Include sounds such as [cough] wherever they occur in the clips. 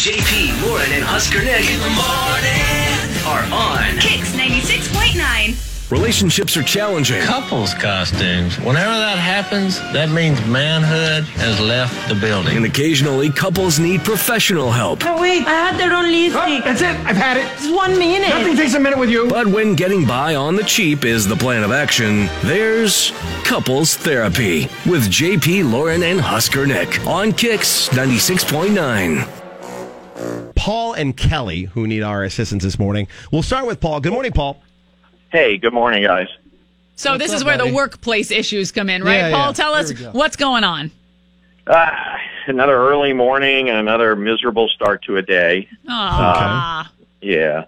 JP, Lauren, and Husker Nick in the morning are on. Kicks 96.9. Relationships are challenging. couples costumes. Whenever that happens, that means manhood has left the building. And occasionally, couples need professional help. Oh, wait, I had the wrong Oh, lipstick. that's it. I've had it. It's one minute. Nothing takes a minute with you. But when getting by on the cheap is the plan of action, there's couples therapy with JP, Lauren, and Husker Nick on Kicks 96.9. Paul and Kelly, who need our assistance this morning. We'll start with Paul. Good morning, Paul. Hey, good morning, guys. So this is where the workplace issues come in, right? Yeah, Paul, yeah. tell us what's going on. Ah, another early morning and another miserable start to a day. Aw. Yeah.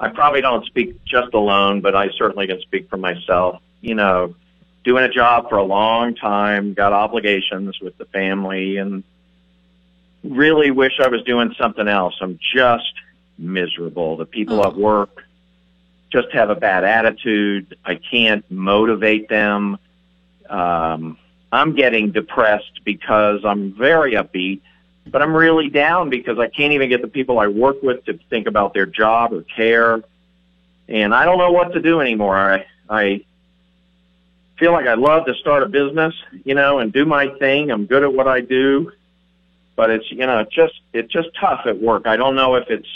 I probably don't speak just alone, but I certainly can speak for myself. You know, doing a job for a long time, got obligations with the family, and really wish I was doing something else. I'm just miserable. The people at work just have a bad attitude. I can't motivate them. Um, I'm getting depressed because I'm very upbeat, but I'm really down because I can't even get the people I work with to think about their job or care. And I don't know what to do anymore. I, I feel like I love to start a business, you know, and do my thing. I'm good at what I do, but it's, you know, it's just, it's just tough at work. I don't know if it's,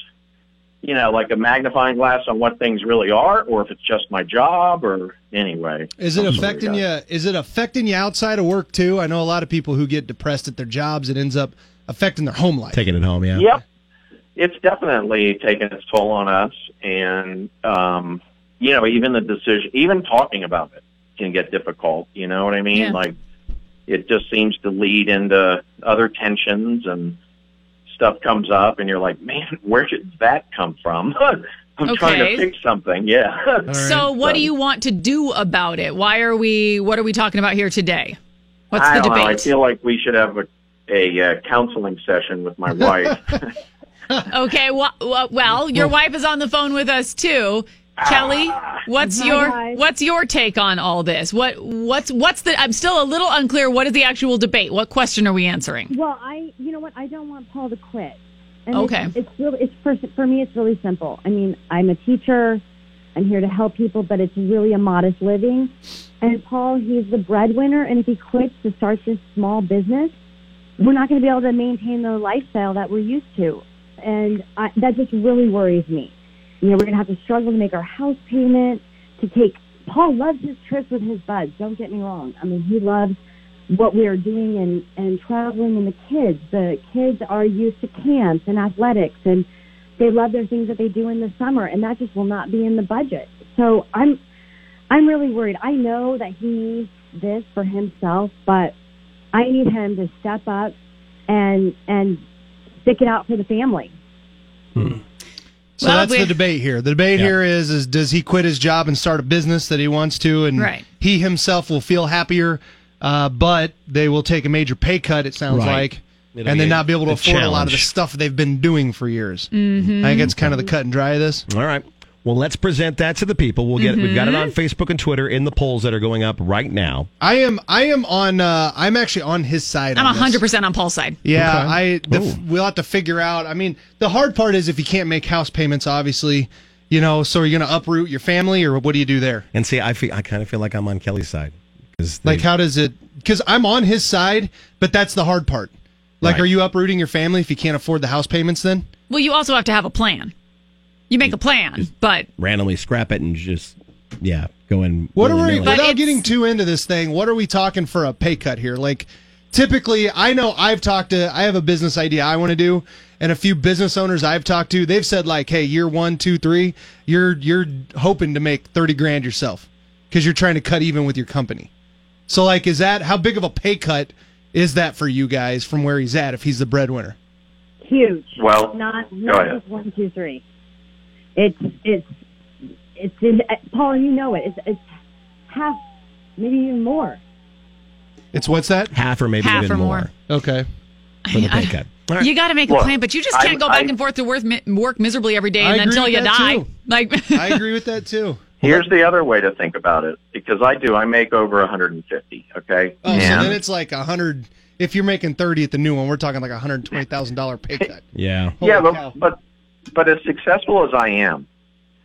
you know, like a magnifying glass on what things really are or if it's just my job or anyway. Is it I'm sorry, affecting guys. you? Is it affecting you outside of work too? I know a lot of people who get depressed at their jobs. It ends up affecting their home life. Taking it home, yeah. Yep. It's definitely taken its toll on us. And, um, you know, even the decision, even talking about it can get difficult. You know what I mean? Yeah. Like, it just seems to lead into other tensions and stuff comes up, and you're like, man, where did that come from? [laughs] I'm trying Okay. to fix [laughs] something. Yeah. So what do you want to do about it? Why are we what are we talking about here today? What's I the don't debate? know. I feel like we should have a, a uh, counseling session with [laughs] my wife. okay, well, well, your wife is on the phone with us too. Kelly, Ah. what's your what's your take on all this? What what's what's the I'm still a little unclear what is the actual debate? What question are we answering? Well, I, you know what? I don't want Paul to quit. And Okay. It's, it's really, it's for, for me, it's really simple. I mean, I'm a teacher. I'm here to help people, but it's really a modest living. And Paul, he's the breadwinner, and if he quits to start this small business, we're not going to be able to maintain the lifestyle that we're used to. And I, that just really worries me. You know, we're going to have to struggle to make our house payment, to take, Paul loves his trips with his buds. Don't get me wrong. I mean, he loves what we are doing and, and traveling and the kids. The kids are used to camps and athletics and they love their things that they do in the summer and that just will not be in the budget. So I'm, I'm really worried. I know that he needs this for himself, but I need him to step up and, and stick it out for the family. So Well, that's we- the debate here. The debate Yeah. here is: is does he quit his job and start a business that he wants to, and Right. he himself will feel happier, uh, but they will take a major pay cut. It sounds Right. like. It'll and be then a- not be able to a afford a lot of the challenge. stuff they've been doing for years. Mm-hmm. I think that's kind of the cut and dry of this. All right. Well, let's present that to the people. We'll get it. We've got it Mm-hmm. on Facebook and Twitter in the polls that are going up right now. I am, I am on. Uh, I'm actually on his side. I'm on this. 100% on Paul's side. Yeah, I the, Ooh. f- we'll have to figure out. I mean, the hard part is if you can't make house payments, obviously, you know. So are you going to uproot your family, or what do you do there? And see, I feel I kind of feel like I'm on Kelly's side. 'Cause they- Like, how does it? Because I'm on his side, but that's the hard part. Like, Right. are you uprooting your family if you can't afford the house payments? Then Well, you also have to have a plan. You make a plan, but randomly scrap it and just yeah, go in. what go in are the we? middle. But Without it's- getting too into this thing, what are we talking for a pay cut here? Like, typically, I know I've talked to. I have a business idea I want to do, and a few business owners I've talked to, they've said like, "Hey, year one, two, three, you're you're hoping to make thirty grand yourself because you're trying to cut even with your company." So, like, is that how big of a pay cut is that for you guys from where he's at if he's the breadwinner? Huge. Well, not go not ahead. just one, two, three. It's it's it's in, Paul. You know it. It's, it's half, maybe even more. It's what's that? half or maybe Half even or more. more Okay. [laughs] for the pay cut. All right. you got to make a Look, plan, but you just I- can't go back I- and forth to work, mi- work miserably every day I and agree until with you that, die. too. [laughs] Like I agree with that too. Here's the other way to think about it, because I do. I make over 150. Okay, Oh, so and then it's like a hundred. if you're making thirty at the new one, we're talking like a hundred twenty thousand dollar pay cut. Yeah. yeah, but, but but as successful as I am,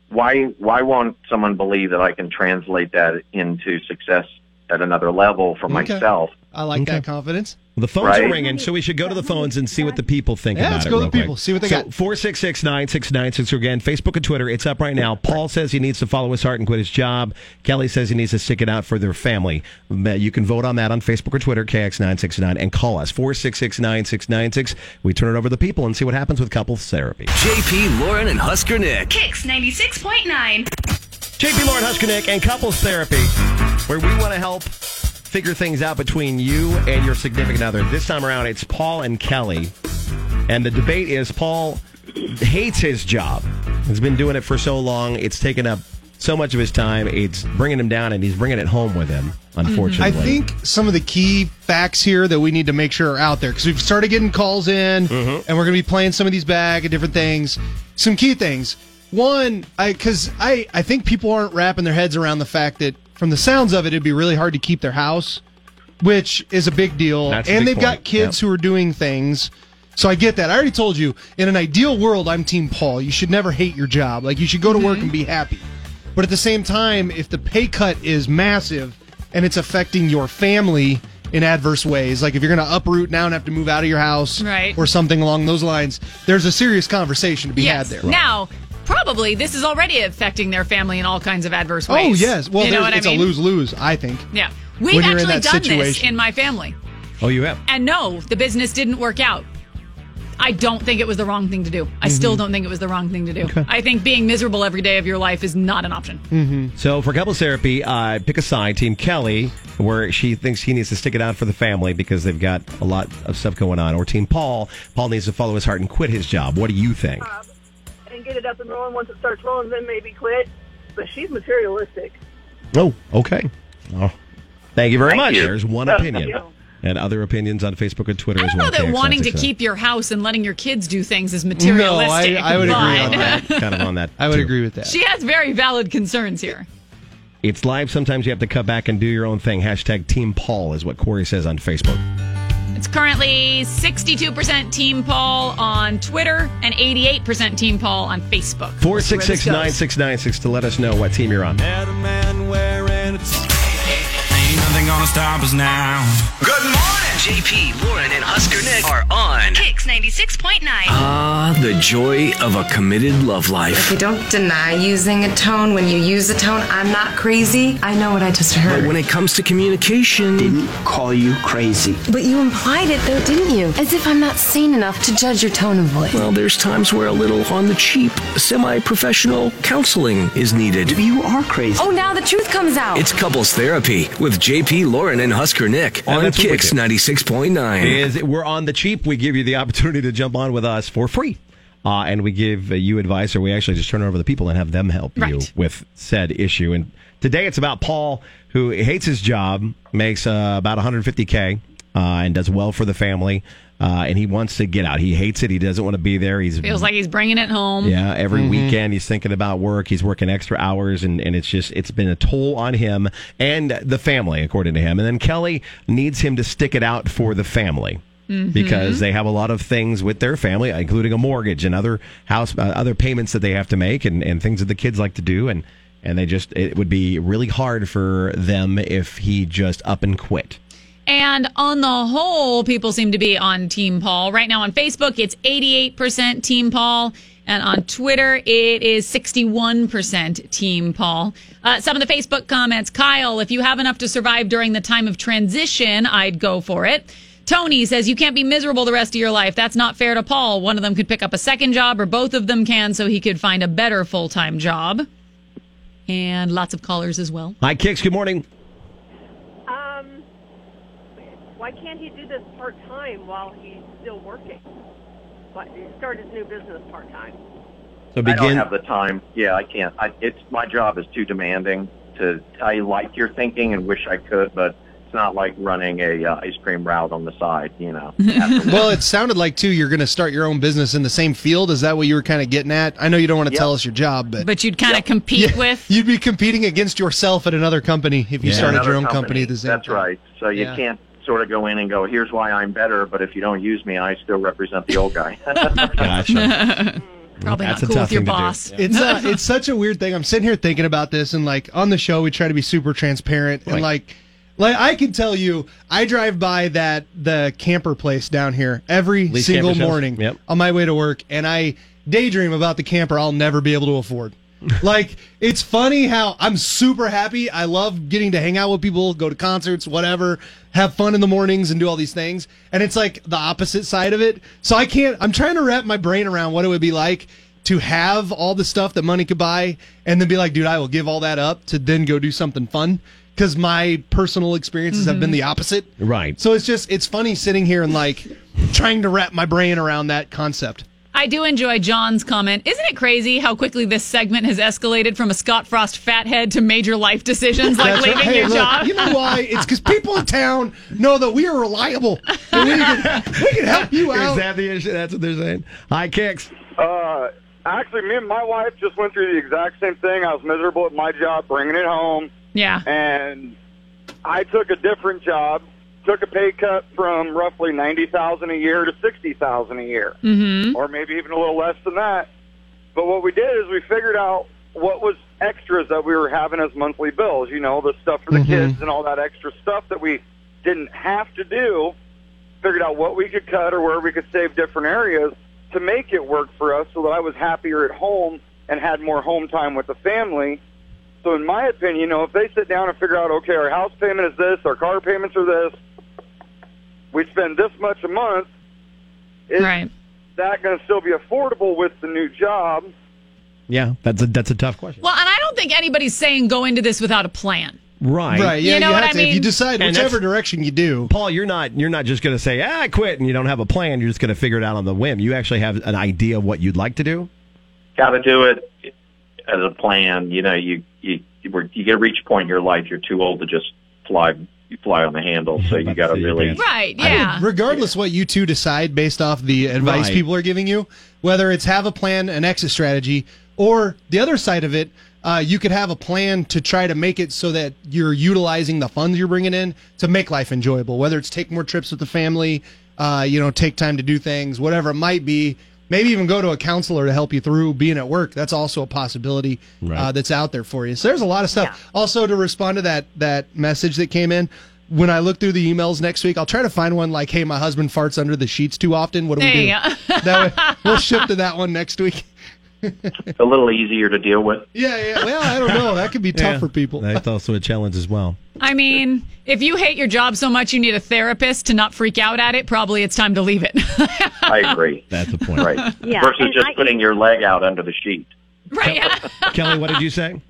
why why won't someone believe that I can translate that into success at another level for Okay. myself? I like that confidence. Well, the phones are Right. ringing, so we should go to the phones and see what the people think Yeah, about let's it. go to real the people, quick. see what they so, got. 466-9696 again, Facebook and Twitter. It's up right now. Paul says he needs to follow his heart and quit his job. Kelly says he needs to stick it out for their family. You can vote on that on Facebook or Twitter, KX969, and call us, 466-9696. We turn it over to the people and see what happens with couples therapy. JP, Lauren, and Husker Nick. Kicks 96.9. JP Lauren Huskinick and Couples Therapy, where we want to help figure things out between you and your significant other. This time around, it's Paul and Kelly. And the debate is Paul hates his job. He's been doing it for so long, it's taken up so much of his time, it's bringing him down, and he's bringing it home with him, unfortunately. I think some of the key facts here that we need to make sure are out there because we've started getting calls in, and we're going to be playing some of these back and different things. Some key things. One, I because I I think people aren't wrapping their heads around the fact that from the sounds of it, it'd be really hard to keep their house, which is a big deal. That's a and big they've got point, kids yeah. who are doing things. So I get that. I already told you, in an ideal world, I'm Team Paul. You should never hate your job. Like you should go to Mm-hmm. work and be happy. But at the same time, if the pay cut is massive and it's affecting your family in adverse ways, like if you're going to uproot now and have to move out of your house Right. or something along those lines, there's a serious conversation to be Yes. had there. Now, probably this is already affecting their family in all kinds of adverse Oh, ways. yes. Well, you know there's- what it's I mean? a lose lose, I think. Yeah. We've you're in actually that done this situation. in my family. Oh, you have? And no, the business didn't work out. I don't think it was the wrong thing to do. Mm-hmm. I still don't think it was the wrong thing to do. I think being miserable every day of your life is not an option. Hmm. So for couples therapy, uh, pick a side, Team Kelly, where she thinks he needs to stick it out for the family because they've got a lot of stuff going on, or Team Paul, Paul needs to follow his heart and quit his job. What do you think? Uh, and get it up and rolling. Once it starts rolling, then maybe quit. But she's materialistic. Oh, okay. Oh, thank you very Thank much. you. There's one opinion. And other opinions on Facebook and Twitter I as don't well. know that KXL669. wanting to keep your house and letting your kids do things is materialistic. No, I- I would agree but [laughs] on that. kind of on that. I would too. agree with that. She has very valid concerns here. It's live. Sometimes you have to cut back and do your own thing. Hashtag Team Paul is what Corey says on Facebook. It's currently 62% Team Paul on Twitter and 88% Team Paul on Facebook. Four Let's see where six this six goes. nine six nine six to let us know what team you're on. Ain't nothing gonna stop us now. Good morning. JP, Lauren, and Husker Nick are on. Kicks 96.9. Ah, the joy of a committed love life. They don't deny using a tone. When you use a tone, I'm not crazy. I know what I just But heard. when it comes to communication, didn't call you crazy. But you implied it though, didn't you? As if I'm not sane enough to judge your tone of voice. Well, there's times where a little on the cheap, semi professional counseling is needed. You are crazy. Oh, now the truth comes out. It's Couples Therapy with JP, Lauren, and Husker Nick And on that's what we Kix do. 96.9. is we're on the cheap. We give you the opportunity to jump on with us for free. Uh, and we give uh, you advice, or we actually just turn it over to the people and have them help you Right. with said issue. And today it's about Paul, who hates his job, makes uh, about 150K, uh, and does well for the family. Uh, and he wants to get out. He hates it. He doesn't want to be there. He's Feels like he's bringing it home. yeah, every weekend he's thinking about work. He's working extra hours, and, and it's just it's been a toll on him and the family, according to him. And then Kelly needs him to stick it out for the family. Because they have a lot of things with their family, including a mortgage and other house, uh, other payments that they have to make, and, and things that the kids like to do, and and they just it would be really hard for them if he just up and quit. And on the whole, people seem to be on Team Paul. Right now on Facebook, it's 88% Team Paul. And on Twitter, it is 61% Team Paul. Uh, some of the Facebook comments Kyle, if you have enough to survive during the time of transition, I'd go for it. Tony says, You can't be miserable the rest of your life. That's not fair to Paul. One of them could pick up a second job, or both of them can, so he could find a better full time job. And lots of callers as well. Hi, Kicks. Good morning. Um, why can't he do this part time while he's still working? But start his new business part time. So I begin. don't have the time. Yeah, I can't. I, it's my job is too demanding. To I like your thinking and wish I could, but it's not like running a uh, ice cream route on the side. You know. After- [laughs] Well, it sounded like too you're going to start your own business in the same field. Is that what you were kind of getting at? I know you don't want to Yep. tell us your job, but But you'd kind of compete [laughs] Yeah, with. You'd be competing against yourself at another company if you Yeah. started Another your own company. at the same That's time. right. So you Yeah. can't sort of go in and go, here's why I'm better, but if you don't use me, I still represent the old guy. [laughs] Gotcha. Probably That's a tough thing to do. Yeah. It's uh, it's such a weird thing. I'm sitting here thinking about this, and like on the show, we try to be super transparent, and Right. like like I can tell you, I drive by that the camper place down here every Lee's single Camper Sales? morning Yep. on my way to work, and I daydream about the camper I'll never be able to afford. like it's funny how I'm super happy. I love getting to hang out with people, go to concerts, whatever, have fun in the mornings and do all these things. And it's like the opposite side of it. So I can't I'm trying to wrap my brain around what it would be like to have all the stuff that money could buy and then be like, dude, I will give all that up to then go do something fun. Cause my personal experiences have been the opposite. Right. So it's just, it's funny sitting here and like trying to wrap my brain around that concept. I do enjoy John's comment. Isn't it crazy how quickly this segment has escalated from a Scott Frost fathead to major life decisions like That's right. leaving Hey, your look, job? You know why? It's because people in town know that we are reliable. and we, can, we can help you Is out. that the issue? That's what they're saying. Hi, Kicks. Uh, [laughs] actually, me and my wife just went through the exact same thing. I was miserable at my job, bringing it home, yeah. and I took a different job, took a pay cut from roughly ninety thousand a year to sixty thousand a year, Mhm. or maybe even a little less than that. But what we did is we figured out what was extras that we were having as monthly bills. You know, the stuff for the Mhm. kids and all that extra stuff that we didn't have to do. Figured out what we could cut or where we could save different areas to make it work for us, so that I was happier at home and had more home time with the family. So, in my opinion, you know, if they sit down and figure out, okay, our house payment is this, our car payments are this, we spend this much a month. Is right. that going to still be affordable with the new job? Yeah, that's a that's a tough question. Well, and I don't think anybody's saying go into this without a plan. Right. Right, yeah, You know you what have I to- if you mean? decide whichever direction you do. Paul, you're not you're not just going to say, "Ah, I quit," and you don't have a plan. You're just going to figure it out on the whim. You actually have an idea of what you'd like to do. Got to do it as a plan. You know, you you you were- you get reach a point in your life you're too old to just fly you fly on the handle, so you got to really Right, I mean, regardless what you two decide based off the advice Right. people are giving you, whether it's have a plan, an exit strategy, or the other side of it, uh, you could have a plan to try to make it so that you're utilizing the funds you're bringing in to make life enjoyable. Whether it's take more trips with the family, uh, you know, take time to do things, whatever it might be. Maybe even go to a counselor to help you through being at work. That's also a possibility uh, that's out there for you. So there's a lot of stuff. Also, to respond to that that message that came in, when I look through the emails next week, I'll try to find one like, "Hey, my husband farts under the sheets too often. What do There we do?" you go. that way, we'll shift to that one next week. [laughs] it's a little easier to deal with. Yeah, yeah. Well, I don't know. That could be tough for people. That's also a challenge as well. [laughs] I mean, if you hate your job so much you need a therapist to not freak out at it, probably it's time to leave it. [laughs] I agree. That's the point. Right. Yeah, Versus and just I- e- putting your leg out under the sheet. Right. Kelly, what did you say?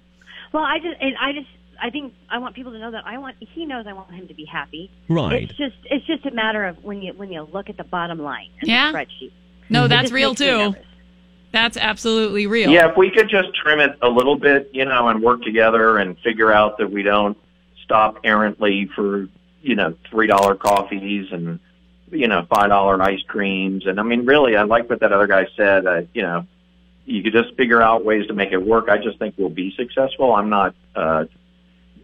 Well, I just, and I just, I think I want people to know that I want. He knows I want him to be happy. Right. It's just, it's just a matter of when you when you look at the bottom line and Yeah. the spreadsheet. no, It that's just real [laughs] makes me too. nervous. That's absolutely real. Yeah, if we could just trim it a little bit, you know, and work together and figure out that we don't stop errantly for, you know, three dollar coffees and you know, five dollar ice creams and I mean really I like what that other guy said, uh, you know, you could just figure out ways to make it work. I just think we'll be successful. I'm not uh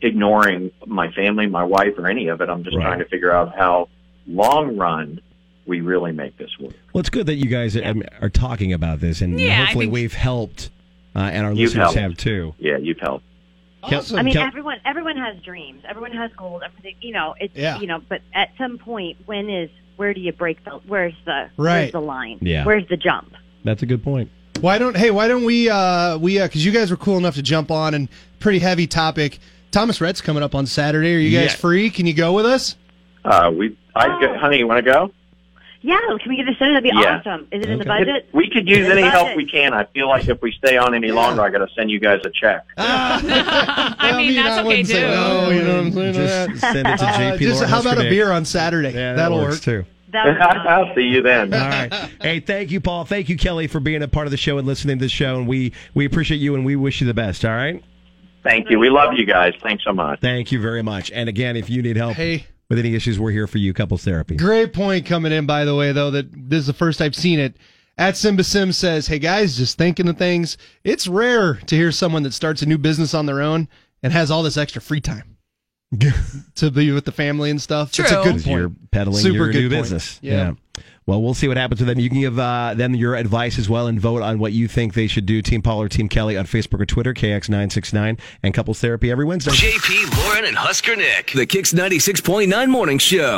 ignoring my family, my wife or any of it. I'm just trying to figure out how long run we really make this work. Well, it's good that you guys um, are talking about this, and Yeah, I hopefully think- we've helped, uh, and our You've listeners helped. have too. Yeah, you've helped. Kel- I mean, Kel- everyone everyone has dreams. Everyone has goals. Everything, you know. It's Yeah. you know, but at some point, when is where do you break the where's the Right. where's the line? Yeah. Where's the jump? That's a good point. Why don't hey, why don't we uh we uh cuz you guys were cool enough to jump on and pretty heavy topic. Thomas Rhett's coming up on Saturday. Are you guys Yeah. free? Can you go with us? Uh, we, I, honey, you want to go? Yeah, can we get a show? That'd be Yeah. awesome. Is it in the Okay. budget? We could Is use it in any the help budget? we can. I feel like if we stay on any longer, I got to send you guys a check. Uh-huh. I mean, that's okay too. no, you know what I'm saying? Just send it to Uh, JP just Lawrence how about a Connect. beer on Saturday? Yeah, that That'll works too. work [laughs] I'll see you then. All [laughs] right. Hey, thank you, Paul. Thank you, Kelly, for being a part of the show and listening to the show. And we we appreciate you and we wish you the best. All right. Thank you. We love you guys. Thanks so much. Thank you very much. And again, if you need help Hey. with any issues, we're here for you. Couples therapy. Great point coming in, by the way, though, that this is the first I've seen it. At Simba Sim says, Hey guys, just thinking of things. [laughs] It's rare to hear someone that starts a new business on their own and has all this extra free time. to be with the family and stuff. It's a good point. You're peddling Super your good new point. business. Yeah. Well, we'll see what happens with them. You can give uh, them your advice as well and vote on what you think they should do. Team Paul or Team Kelly on Facebook or Twitter, KX969, and Couples Therapy every Wednesday. JP, Lauren, and Husker Nick. The Kix 96.9 Morning Show.